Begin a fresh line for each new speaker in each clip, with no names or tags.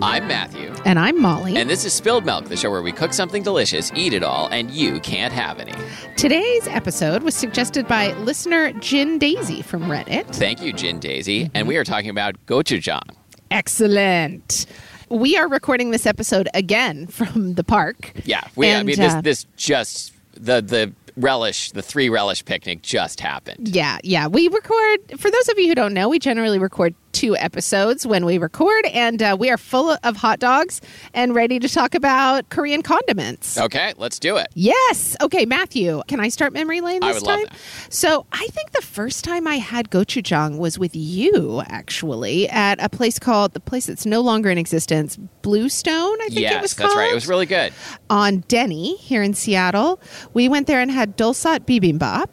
I'm Matthew.
And I'm Molly.
And this is Spilled Milk, the show where we cook something delicious, eat it all, and you can't have any.
Today's episode was suggested by listener Jin Daisy from Reddit.
Thank you, Jin Daisy. And we
Mm-hmm.
are talking about gochujang.
Excellent. We are recording this episode again from the park.
Yeah, we. I
And,
mean, this
uh,
this just the the relish, the three relish picnic just happened.
Yeah, yeah. We record, for those of you who don't know, we generally record two episodes when we record, and uh, we are full of hot dogs and ready to talk about Korean condiments.
Okay, let's do it.
Yes. Okay, Matthew, can I start memory lane this
I would love
time? So I think the first time I had gochujang was with you, actually, at a place called the place that's no longer in existence, Bluestone. I think it was
Yes,
called
that's right. It was really good.
on Denny here in Seattle. We went there and had dulsat bibimbap.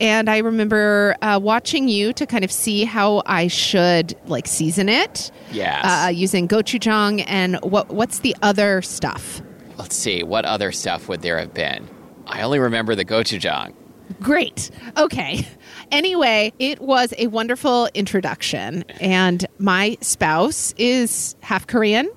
And I remember uh, watching you to kind of see how I should like season it.
Yes.
Uh, using gochujang and what what's the other stuff?
Let's see what other stuff would there have been. I only remember the gochujang.
Great. Okay. Anyway, it was a wonderful introduction. And my spouse is half Korean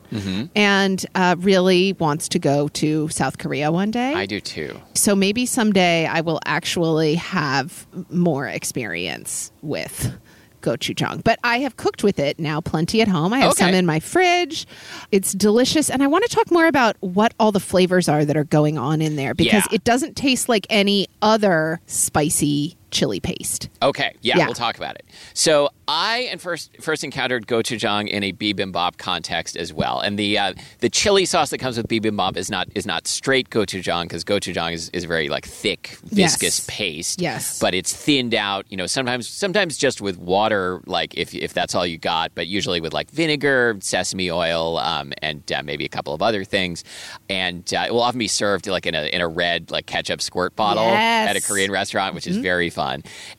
and uh, really wants to go to South Korea one day.
I do too.
So maybe someday I will actually have more experience with gochujang. But I have cooked with it now plenty at home. I have
Okay.
some in my fridge. It's delicious and I want to talk more about what all the flavors are that are going on in there because
Yeah.
it doesn't taste like any other spicy chili paste.
Okay, yeah,
Yeah.
we'll talk about it. So I and first first encountered gochujang in a bibimbap context as well, and the uh, the chili sauce that comes with bibimbap is not is not straight gochujang because gochujang is, is very like thick
Yes.
viscous paste.
Yes.
but it's thinned out. You know, sometimes sometimes just with water, like if if that's all you got, but usually with like vinegar, sesame oil, um, and uh, maybe a couple of other things, and uh, it will often be served like in a in a red like ketchup squirt bottle
Yes.
at a Korean restaurant,
Mm-hmm.
which is very fun.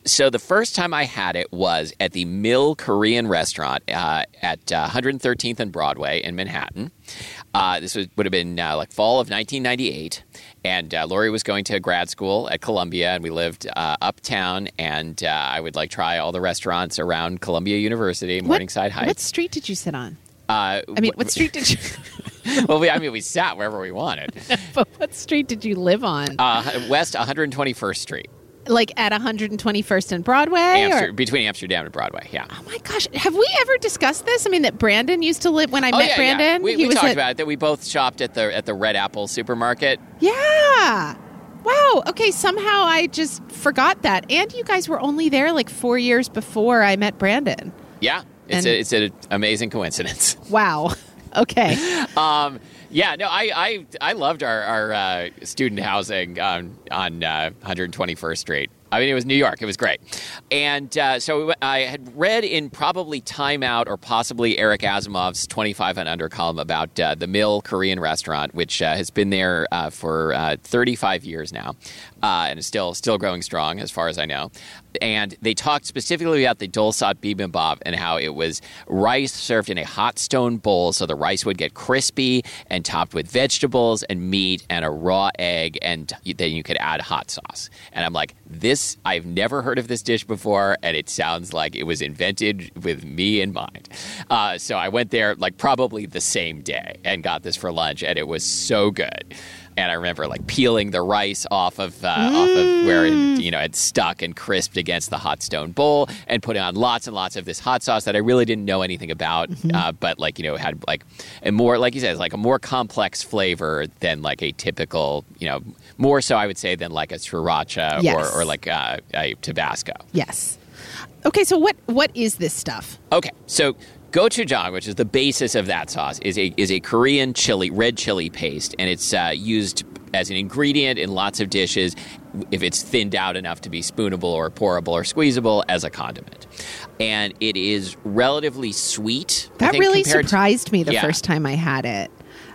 So the first time I had it was at the Mill Korean restaurant uh, at uh, 113th and Broadway in Manhattan. Uh, this was, would have been uh, like fall of 1998. And uh, Lori was going to grad school at Columbia, and we lived uh, uptown. And uh, I would like try all the restaurants around Columbia University, Morningside
what, What
Heights.
street did you sit on?
Uh,
I mean, what street did you
well, we, I mean, we sat wherever we wanted.
but what street did you live on?
Uh, West 121st Street,
like at 121st and Broadway or
Amster- between Amsterdam and Broadway. Yeah.
Oh my gosh, have we ever discussed this? I mean, that Brandon used to live when I
Oh,
met
yeah, yeah.
Brandon.
We, we talked
at-
about it that we both shopped at the at the Red Apple supermarket.
Yeah. Wow. Okay. Somehow I just forgot that. And you guys were only there like four years before I met Brandon.
Yeah, it's
And-
a, it's an amazing coincidence.
Wow. Okay.
Um, yeah, no, I I, I loved our our uh, student housing on on uh, 121st Street. I mean, it was New York. It was great. And uh, so we went- I had read in probably Time Out or possibly Eric Asimov's 25 and Under column about uh, the Mill Korean restaurant, which uh, has been there uh, for uh, 35 years now uh, and is still, still growing strong, as far as I know. And they talked specifically about the dolsat bibimbap and how it was rice served in a hot stone bowl so the rice would get crispy and topped with vegetables and meat and a raw egg and then you could add hot sauce and i'm like this i've never heard of this dish before and it sounds like it was invented with me in mind uh, so i went there like probably the same day and got this for lunch and it was so good and I remember like peeling the rice off of uh, off of where it you know it stuck and crisped against the hot stone bowl, and putting on lots and lots of this hot sauce that I really didn't know anything about, uh, but like you know had like a more like you said like a more complex flavor than like a typical you know more so I would say than like a sriracha
Yes.
or or like uh, a Tabasco.
Yes. Okay, so what what is this stuff?
Okay, so gochujang, which is the basis of that sauce, is a is a Korean chili, red chili paste, and it's uh, used as an ingredient in lots of dishes if it's thinned out enough to be spoonable or pourable or squeezable as a condiment. And it is relatively sweet. I
That
think,
really
compared to-
surprised me the
Yeah.
first time I had it.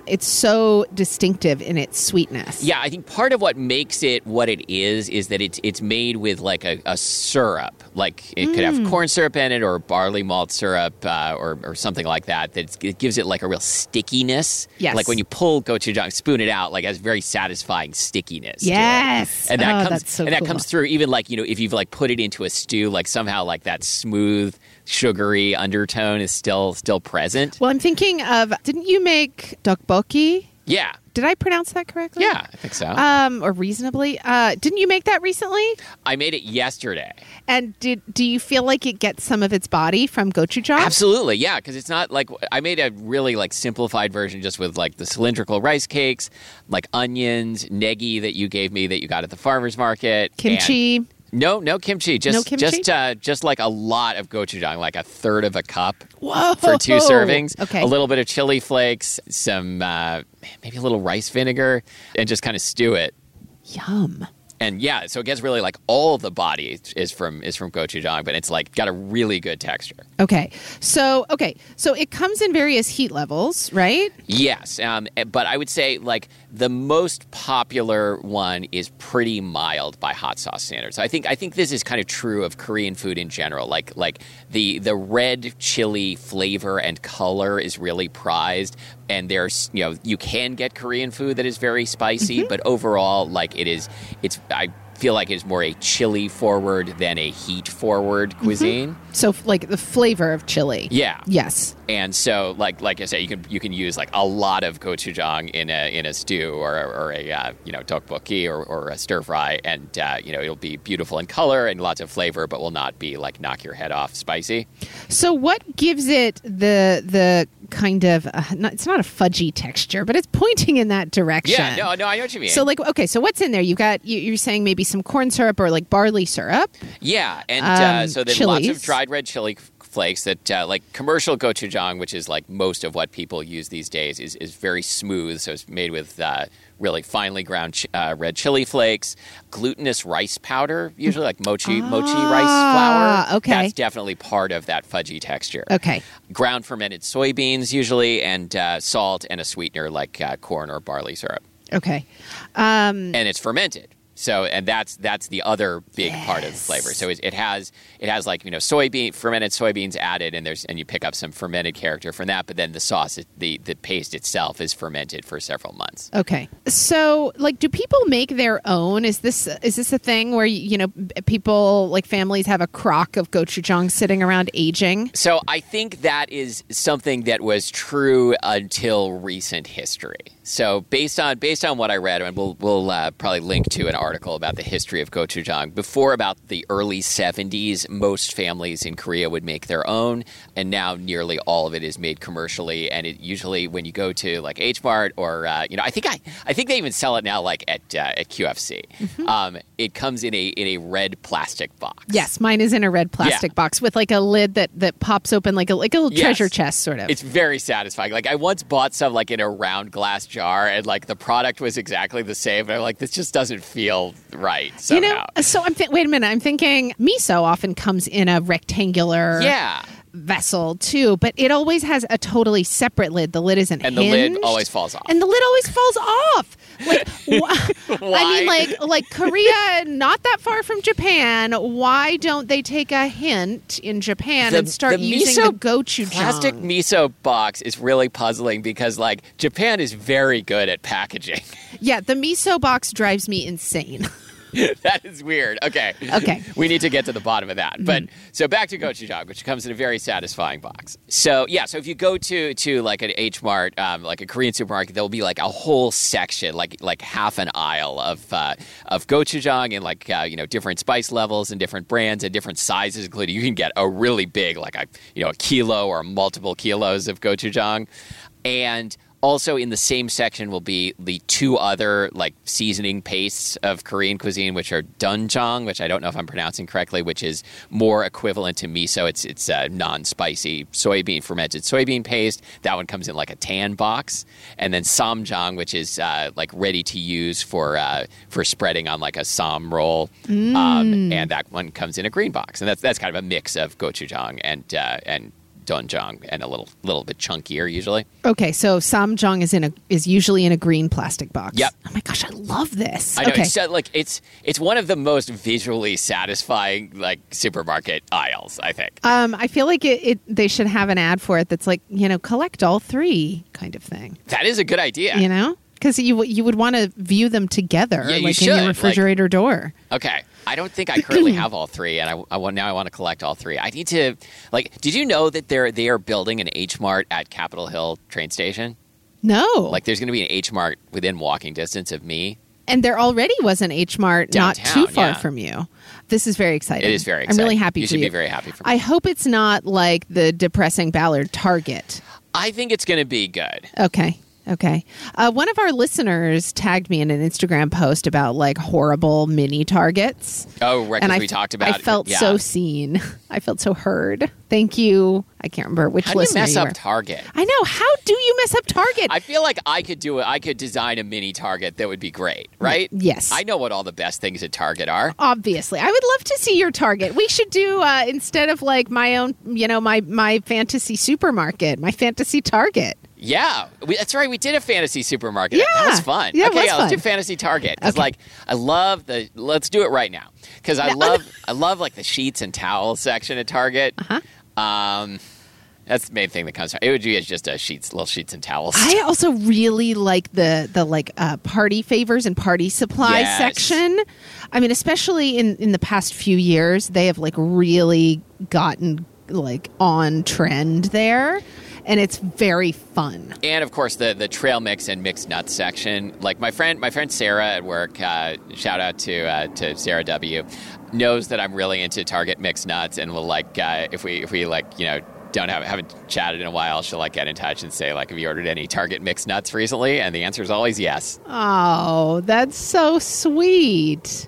It's so distinctive in its sweetness.
Yeah, I think part of what makes it what it is is that it's it's made with like a, a syrup. Like it could
Mm.
have corn syrup in it or barley malt syrup uh, or, or something like that. That it's- it gives it like a real stickiness.
Yes.
Like when you pull gochujang, spoon it out, like it has very satisfying stickiness. to it.
Yes.
And that
Oh,
comes
that's so
and that
cool.
comes through even like, you know, if you've like put it into a stew, like somehow like that smooth, sugary undertone is still still present.
Well, I'm thinking of didn't you make dokboki?
yeah.
Did I pronounce that correctly?
Yeah, I think so.
Um, or reasonably. Uh, didn't you make that recently?
I made it yesterday.
And did do you feel like it gets some of its body from gochujang?
Absolutely, yeah, because it's not like I made a really like simplified version just with like the cylindrical rice cakes, like onions, negi that you gave me that you got at the farmers market,
Kimchi.
and- no, no kimchi. Just
No kimchi?
just uh, just like a lot of gochujang, like a third of a cup
Whoa.
for two servings.
Okay.
a little bit of chili flakes, some uh, maybe a little rice vinegar, and just kind of stew it.
Yum.
And yeah, so it gets really like all the body is from is from gochujang, but it's like got a really good texture.
Okay. So okay. So it comes in various heat levels, right?
Yes, um, but I would say like the most popular one is pretty mild by hot sauce standards. I think I think this is kind of true of Korean food in general. Like like the the red chili flavor and color is really prized, and there's you know you can get Korean food that is very spicy, but overall like it is it's I feel like it's more a chili forward than a heat forward cuisine.
So f- like the flavor of chili.
Yeah.
Yes.
And so, like like I say, you can you can use like a lot of gochujang in a in a stew or or a uh, you know tteokbokki or, or a stir fry, and uh, you know it'll be beautiful in color and lots of flavor, but will not be like knock your head off spicy.
So what gives it the the kind of uh, not, it's not a fudgy texture, but it's pointing in that direction.
Yeah, no, no, I know what you mean.
So like okay, so what's in there? You've got you, you're saying maybe some corn syrup or like barley syrup.
Yeah, and uh,
Um,
so then lots
chilies.
of dried red chili f- flakes that uh, like commercial gochujang, which is like most of what people use these days, is, is very smooth. So it's made with uh, really finely ground ch- uh, red chili flakes, glutinous rice powder, usually like mochi mochi rice
Ah,
flour.
okay.
that's definitely part of that fudgy texture.
Okay.
Ground fermented soybeans usually, and uh, salt and a sweetener like uh, corn or barley syrup
Okay. Um
and it's fermented. So and that's that's the other big part of the
Yes.
flavor. So it, it has it has like you know soybean fermented soybeans added and there's and you pick up some fermented character from that. But then the sauce it- the the paste itself is fermented for several months.
okay. So like do people make their own? Is this is this a thing where you know b- people like families have a crock of gochujang sitting around aging?
So I think that is something that was true until recent history. So based on based on what I read, and we'll we'll uh, probably link to an article about the history of gochujang. Before about the early '70s, most families in Korea would make their own, and now nearly all of it is made commercially. And it usually when you go to like H Mart or uh, you know, I think I I think they even sell it now like at uh, at QFC. Um, it comes in a in a red plastic box.
Yes, mine is in a red plastic
Yeah.
box with like a lid that that pops open like a like a little
Yes.
treasure chest sort of.
It's very satisfying. Like I once bought some like in a round glass jar, and like the product was exactly the same. And I'm like, this just doesn't feel feel right somehow.
You know, so I'm thi- wait a minute. I'm thinking miso often comes in a rectangular
yeah.
vessel too, but it always has a totally separate lid. The lid isn't
And the lid
hinged,
always falls off.
and the lid always falls off. Like wh- I
Why?
mean, like like Korea, not that far from Japan. Why don't they take a hint in Japan
The-
and start
the
using the
miso
gochujang?
Plastic miso box is really puzzling because, like, Japan is very good at packaging.
Yeah, the miso box drives me insane.
that is weird. Okay.
Okay.
We need to get to the bottom of that. But so back to gochujang, which comes in a very satisfying box. So yeah, so if you go to to like an H Mart, um, like a Korean supermarket, there'll be like a whole section, like like half an aisle of uh, of gochujang and like uh, you know different spice levels and different brands and different sizes, including you can get a really big, like a you know a kilo or multiple kilos of gochujang, and also in the same section will be the two other like seasoning pastes of Korean cuisine, which are doenjang, which I don't know if I'm pronouncing correctly, which is more equivalent to miso. It's it's a non-spicy soybean fermented soybean paste. That one comes in like a tan box, and then samjang, which is uh, like ready to use for uh, for spreading on like a sam roll, um, and that one comes in a green box, and that's that's kind of a mix of gochujang and uh, and doenjang, and a little little bit chunkier usually.
Okay, so samjong is in a is usually in a green plastic box.
Yep.
Oh my gosh, I love this.
I know
okay.
it's so, like it's it's one of the most visually satisfying like supermarket aisles. I think.
um, I feel like it, it. They should have an ad for it that's like you know collect all three kind of thing.
that is a good idea.
You know, because you w- you would want to view them together,
Yeah, you
like
should,
in
like-
your refrigerator door.
Okay. I don't think I currently have all three, and I, I want now I want to collect all three. I need to like. Did you know that they're they are building an H Mart at Capitol Hill train station?
No,
Like, there's going to be an H Mart within walking distance of me.
and there already was an H Mart not
Downtown,
too far
yeah.
from you. This is very exciting.
It is very.
I'm really
exciting.
happy
You
for
should
you.
be very happy for me.
I hope it's not like the depressing Ballard Target.
I think it's going to be good.
Okay. Okay. Uh, one of our listeners tagged me in an Instagram post about like horrible mini targets.
Oh, right. 'cause
I,
we talked about.
I felt
yeah.
so seen. I felt so heard. Thank you. I can't remember which
How do you
listener
mess
you
up
were.
Target?
I know. How do you mess up Target?
I feel like I could do it. I could design a mini Target that would be great, right?
yes.
I know what all the best things at Target are.
Obviously, I would love to see your Target. We should do uh, instead of like my own, you know, my my fantasy supermarket, my fantasy Target.
Yeah, we, that's right. We did a fantasy supermarket. that
Yeah.
was fun.
Yeah, it
okay,
was
yeah, let's
fun.
do fantasy Target. Cause like I love the. Let's do it right now because I
Yeah.
love I love like the sheets and towels section at Target. Uh-huh. Um, that's the main thing that comes. to- It would be just a sheets, little sheets and towels.
I also really like the the like uh, party favors and party supply
Yes.
section. I mean, especially in in the past few years, they have like really gotten like on trend there, and it's very fun.
and of course the the trail mix and mixed nuts section. Like my friend, my friend Sarah at work. Uh, shout out to uh, to Sarah W. Knows that I'm really into Target mixed nuts, and will like uh, if we if we like you know don't have haven't chatted in a while, she'll like get in touch and say like Have you ordered any Target mixed nuts recently? And the answer is always yes.
Oh, that's so sweet.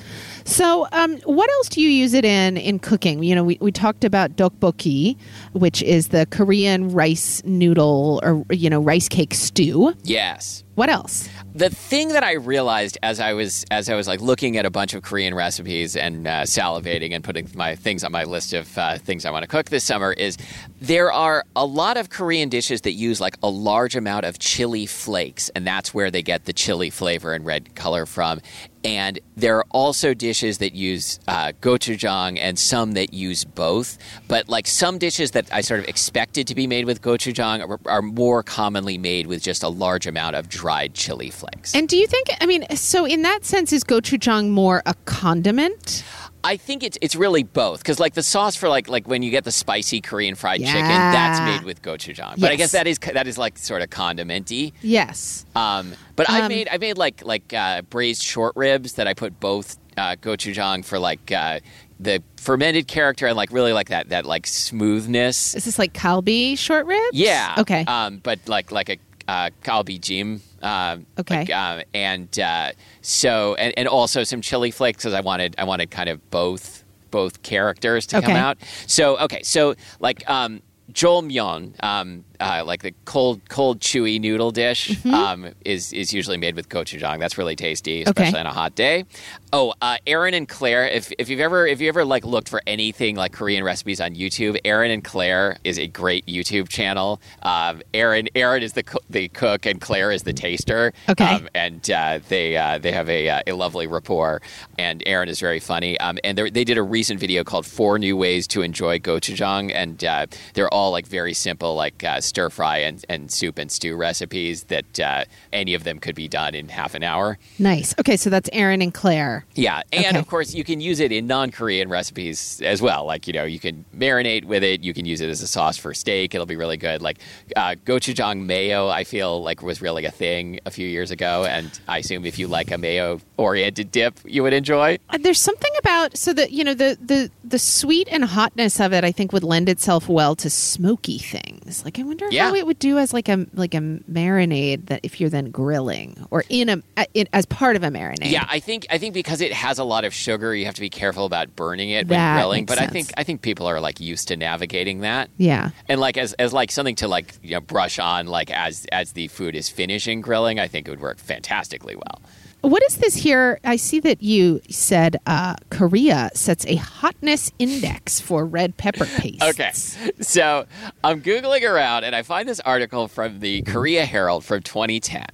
So, um, what else do you use it in in cooking? You know, we, we talked about dokboki, which is the Korean rice noodle or you know rice cake stew.
Yes.
What else?
the thing that I realized as I was as I was like looking at a bunch of Korean recipes and uh, salivating and putting my things on my list of uh, things I want to cook this summer is there are a lot of Korean dishes that use like a large amount of chili flakes and that's where they get the chili flavor and red color from. And there are also dishes that use uh, gochujang and some that use both. But like some dishes that I sort of expected to be made with gochujang are, are more commonly made with just a large amount of dried chili flakes.
And do you think? I mean, so in that sense, is gochujang more a condiment?
I think it's it's really both because like the sauce for like like when you get the spicy Korean fried chicken,
Yeah.
that's made with gochujang. But I
Yes.
guess that is that is like sort of condimenty.
Yes.
Um, but I
Um,
made I made like like uh, braised short ribs that I put both uh, gochujang for like uh, the fermented character and like really like that that like smoothness.
Is this like Calbee short ribs?
Yeah.
Okay.
Um, but like like a uh, kalbi jim. Um,
Okay.
like, um, and uh, so and, and also some chili flakes because I wanted I wanted kind of both both characters to come
Okay.
out. So okay, so like um, Joel Myon, um, uh, like the cold cold chewy noodle dish
Mm-hmm.
um, is is usually made with gochujang. That's really tasty, especially on a hot day. Oh, uh, Aaron and Claire, if, if you've ever if you ever like looked for anything like Korean recipes on YouTube, Aaron and Claire is a great YouTube channel. Um, Aaron Aaron is the co- the cook and Claire is the taster.
Okay.
Um, and uh, they uh, they have a, uh, a lovely rapport. And Aaron is very funny. Um, and they're- they did a recent video called Four New Ways to Enjoy Gochujang," and uh, they're all like very simple, like uh, stir fry and, and soup and stew recipes that uh, any of them could be done in half an hour.
Nice. Okay, so that's Aaron and Claire.
Yeah, and
Okay.
of course you can use it in non-Korean recipes as well. Like you know, you can marinate with it. You can use it as a sauce for steak. It'll be really good. Like uh, gochujang mayo, I feel like was really a thing a few years ago, and I assume if you like a mayo-oriented dip, you would enjoy.
Uh, There's something about so that you know the the the sweet and hotness of it. I think would lend itself well to smoky things. Like I wonder
Yeah.
how it would do as like a like a marinade that if you're then grilling or in a uh, in, as part of a marinade.
Yeah, I think I think because it has a lot of sugar, you have to be careful about burning it when
That
grilling.
makes
But I
sense.
think I think people are like used to navigating that.
Yeah.
And like as, as like something to like you know, brush on like as as the food is finishing grilling, I think it would work fantastically well.
What is this here? I see that you said uh, Korea sets a hotness index for red pepper paste.
Okay. So I'm Googling around and I find this article from the Korea Herald from 2010.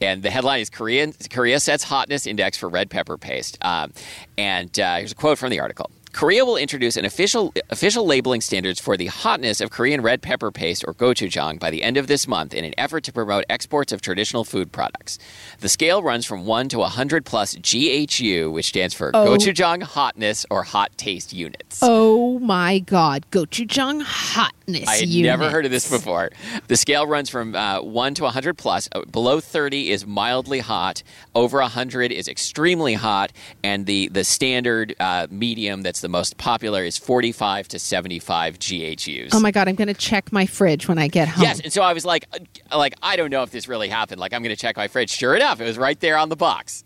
And the headline is Korean, Korea sets hotness index for red pepper paste. Um, and uh, here's a quote from the article. Korea will introduce an official official labeling standards for the hotness of Korean red pepper paste or gochujang by the end of this month in an effort to promote exports of traditional food products. The scale runs from 1 to 100 plus GHU, which stands for
Oh.
gochujang hotness or hot taste units.
Oh my God, gochujang hotness.
I had never heard of this before. The scale runs from uh, 1 to 100 plus. Uh, Below 30 is mildly hot. Over 100 is extremely hot. And the, the standard uh, medium that's the most popular is 45 to 75 GHUs.
Oh my God, I'm going to check my fridge when I get home.
Yes, and so I was like, uh, like I don't know if this really happened. Like I'm going to check my fridge. Sure enough, it was right there on the box.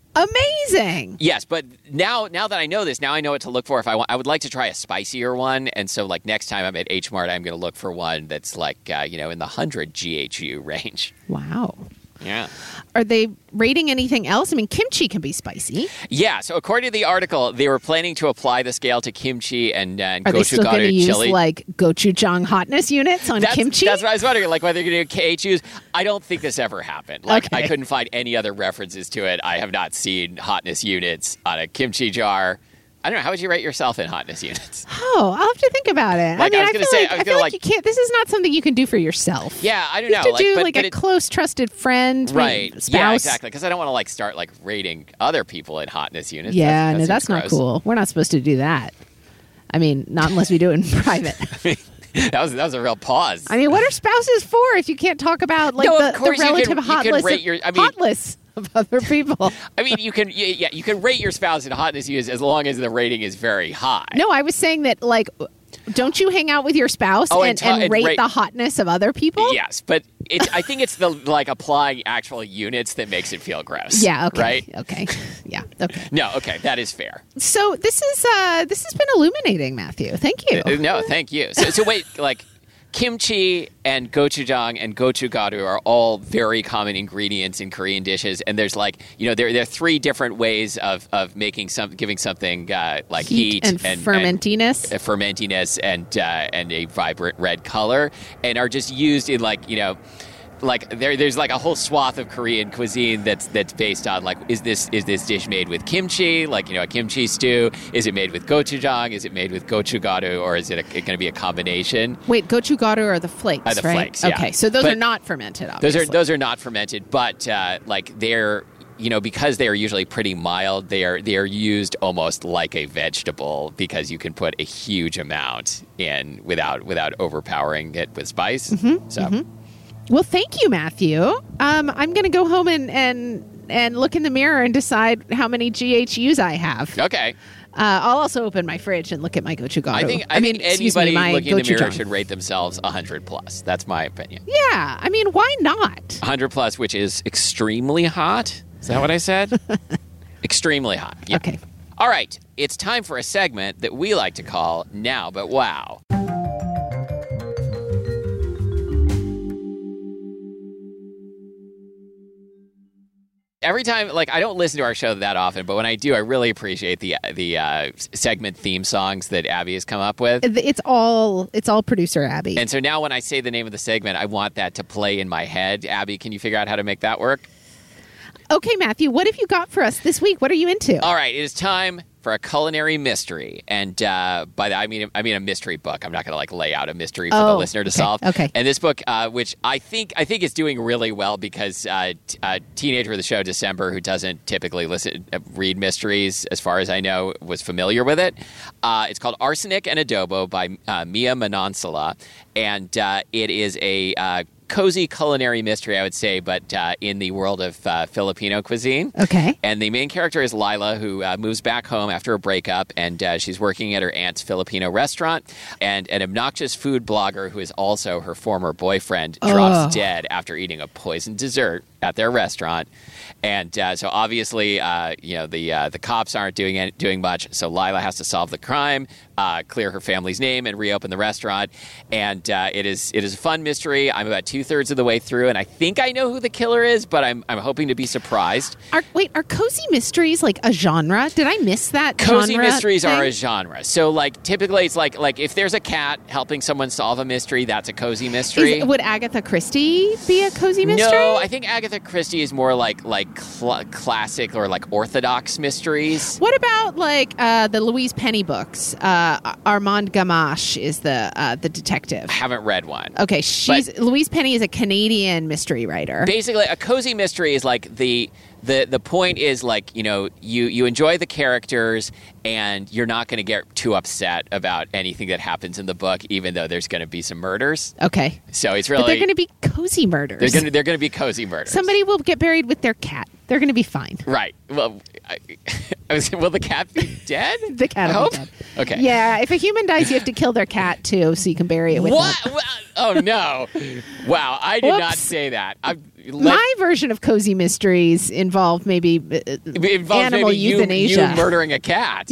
Amazing.
Yes, but now now that I know this, now I know what to look for if I want. I would like to try a spicier one, and so like next time I'm at H Mart, I'm going to look for one that's like uh, you know in the hundred GHU range.
Wow.
Yeah.
Are they rating anything else? I mean, kimchi can be spicy.
Yeah. So according to the article, they were planning to apply the scale to kimchi and, uh, and
Are they still going to
gochugaru
use
chili.
like gochujang hotness units on
that's,
kimchi?
that's what I was wondering. Like whether you're going to do KHUs. I don't think this ever happened. Like I
Okay.
couldn't find any other references to it. I have not seen hotness units on a kimchi jar. I don't know. How would you rate yourself in hotness units?
oh, I'll have to think about it.
Like, I
I mean,
was
I,
gonna
feel
say-
like
I
I,
was
feel
gonna,
like,
like-
you can't. This is not something you can do for yourself.
Yeah, I don't
You
know.
have to
like,
do
but-
like
but
a
it-
close, trusted friend,
right?
spouse.
Yeah, exactly. Because I don't want to like start like rating other people in hotness units.
Yeah,
That- that
no, that's
seems
not
gross.
cool. We're not supposed to do that. I mean, not unless we do it in private.
that was that was a real pause.
I mean, what are spouses for if you can't talk about like
No, of
the, the
course you can-
relative
you can
hot list
rate
of,
your- I mean-
hot lists of other people?
I mean, you can yeah, yeah, you can rate your spouse in hotness units as long as the rating is very high.
No, I was saying that like, don't you hang out with your spouse
Oh, and
and,
ta- and
rate
rate-
the hotness of other people?
Yes, but it's I think it's the like applying actual units that makes it feel gross.
Yeah. Okay.
Right.
Okay. Yeah. Okay.
No. Okay. That is fair.
So this is uh this has been illuminating, Matthew. Thank you.
Uh, No. Thank you. So, so wait, like. Kimchi and gochujang and gochugaru are all very common ingredients in Korean dishes, and there's like you know there, there are three different ways of, of making some giving something uh, like heat,
and, fermentiness.
a fermentiness and uh, and a vibrant red color, and are just used in like you know, like there there's like a whole swath of Korean cuisine that's that's based on like is this is this dish made with kimchi like you know a kimchi stew? Is it made with gochujang? Is it made with gochugaru? Or is it, going to be a combination?
Wait, gochugaru are the flakes,
Are the
right?
flakes, yeah.
Okay, so those
But-
are not fermented.
Those
Obviously.
are those are not fermented, but uh, like they're. You know, because they are usually pretty mild, they are they are used almost like a vegetable because you can put a huge amount in without without overpowering it with spice.
Mm-hmm,
so,
Well, thank you, Matthew. Um, I'm going to go home and and and look in the mirror and decide how many GHUs I have.
okay,
Uh, I'll also open my fridge and look at my gochujang.
I think I, mean anybody looking in the mirror should rate themselves 100 plus. That's my opinion.
Yeah, I mean, why not?
100 plus, which is extremely hot. Is that what I said? extremely hot. Yeah.
Okay.
All right. It's time for a segment that we like to call Now But Wow. Every time, like I don't listen to our show that often, but when I do, I really appreciate the the uh, segment theme songs that Abby has come up with.
It's all it's all producer Abby.
And so now, when I say the name of the segment, I want that to play in my head. Abby, can you figure out how to make that work?
okay, Matthew, what have you got for us this week? What are you into?
All right, it is time for a culinary mystery, and uh, by that I mean I mean a mystery book. I'm not going to like lay out a mystery for the
Oh,
listener to
okay,
solve.
okay.
And this book, uh, which I think I think is doing really well because uh, t- uh, teenager of the show December, who doesn't typically listen uh, read mysteries, as far as I know, was familiar with it. Uh, it's called Arsenic and Adobo by uh, Mia Manansala, and uh, it is a uh, cozy culinary mystery, I would say, but uh, in the world of uh, Filipino cuisine.
Okay.
And the main character is Lila, who uh, moves back home after a breakup, and uh, she's working at her aunt's Filipino restaurant. And an obnoxious food blogger, who is also her former boyfriend, drops dead after eating a poisoned dessert at their restaurant. And uh, so, obviously, uh, you know the uh, the cops aren't doing it, doing much. So Lila has to solve the crime, uh, clear her family's name, and reopen the restaurant. And uh, it is it is a fun mystery. I'm about two thirds of the way through, and I think I know who the killer is, but I'm I'm hoping to be surprised.
Are, wait, are cozy mysteries like a genre? Did I miss that?
cozy
genre
mysteries are
thing?
a genre. So like typically it's like like if there's a cat helping someone solve a mystery, that's a cozy mystery.
Is- would Agatha Christie be a cozy mystery?
No, I think Agatha Christie is more like like cl- classic or like orthodox mysteries.
What about like uh, the Louise Penny books? Uh, Armand Gamache is the uh, the detective.
I haven't read one.
Okay, she's Louise Penny is a Canadian mystery writer.
Basically, a cozy mystery is like the the the point is like you know you you enjoy the characters and you're not going to get too upset about anything that happens in the book, even though there's going to be some murders.
okay,
So it's
but they're
really
going to be cozy murders.
they're going to they're going to be cozy murders.
Somebody will get buried with their cat. They're going to be fine.
Right. Well, I, I was, will the cat be dead?
The cat.
I
will
hope.
be dead.
Okay.
Yeah, if a human dies, you have to kill their cat too, so you can bury it with
What?
them.
Well, Oh no! Wow, I did not
Whoops.
say that. I, let,
My version of cozy mysteries involved maybe uh,
it involves
animal
maybe you-
euthanasia.
You, murdering a cat.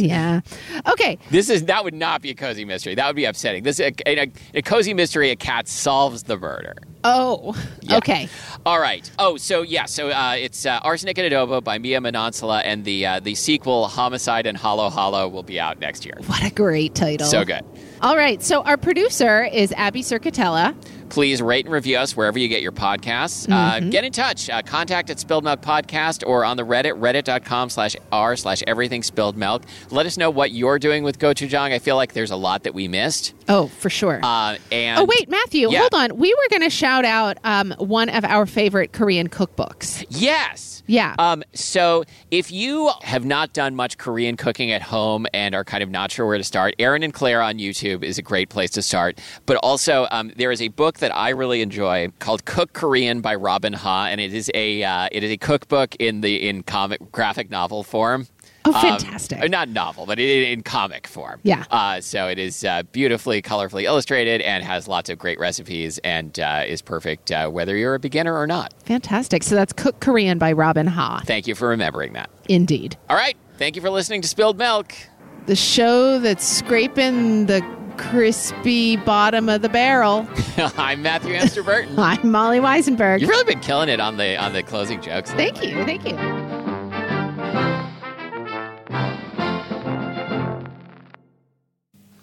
yeah. Okay.
This is that would not be a cozy mystery. That would be upsetting. This a, a, a cozy mystery. A cat solves the murder.
Oh.
Yeah.
Okay.
All right. Oh, so yeah, so uh, it's uh, Arsenic and Adobo by Mia Manansala, and the uh, the sequel Homicide and Hollow Hollow will be out next year.
What a great title.
So good.
All right. So our producer is Abby Circatella.
please rate and review us wherever you get your podcasts.
Mm-hmm.
Uh, get in touch. Uh, contact at Spilled Milk Podcast or on the Reddit, reddit.com slash r slash everything spilled milk. Let us know what you're doing with gochujang. I feel like there's a lot that we missed.
Oh, for sure.
Uh, and
oh, wait, Matthew,
Yeah.
hold on. We were going to shout out um, one of our favorite Korean cookbooks.
Yes.
Yeah.
Um, so if you have not done much Korean cooking at home and are kind of not sure where to start, Aaron and Claire on YouTube is a great place to start. But also, um, there is a book that I really enjoy called Cook Korean by Robin Ha, and it is a uh, it is a cookbook in the in comic graphic novel form.
Oh,
Um,
fantastic.
uh, not novel, but in, in comic form.
Yeah.
Uh, so it is uh, beautifully, colorfully illustrated and has lots of great recipes and uh, is perfect uh, whether you're a beginner or not.
Fantastic. So that's Cook Korean by Robin Ha.
Thank you for remembering that.
Indeed.
All right. Thank you for listening to Spilled Milk.
The show that's scraping the crispy bottom of the barrel.
I'm Matthew Amster Burton.
I'm Molly Weisenberg.
You've really been killing it on the on the closing jokes.
Thank you. Thank you.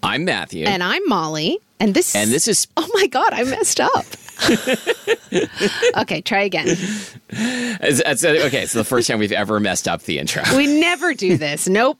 I'm Matthew.
And I'm Molly. And this
And this is
Oh my god, I messed up. okay, try again.
it's- it's- okay. It's the first time we've ever messed up the intro.
We never do this. Nope.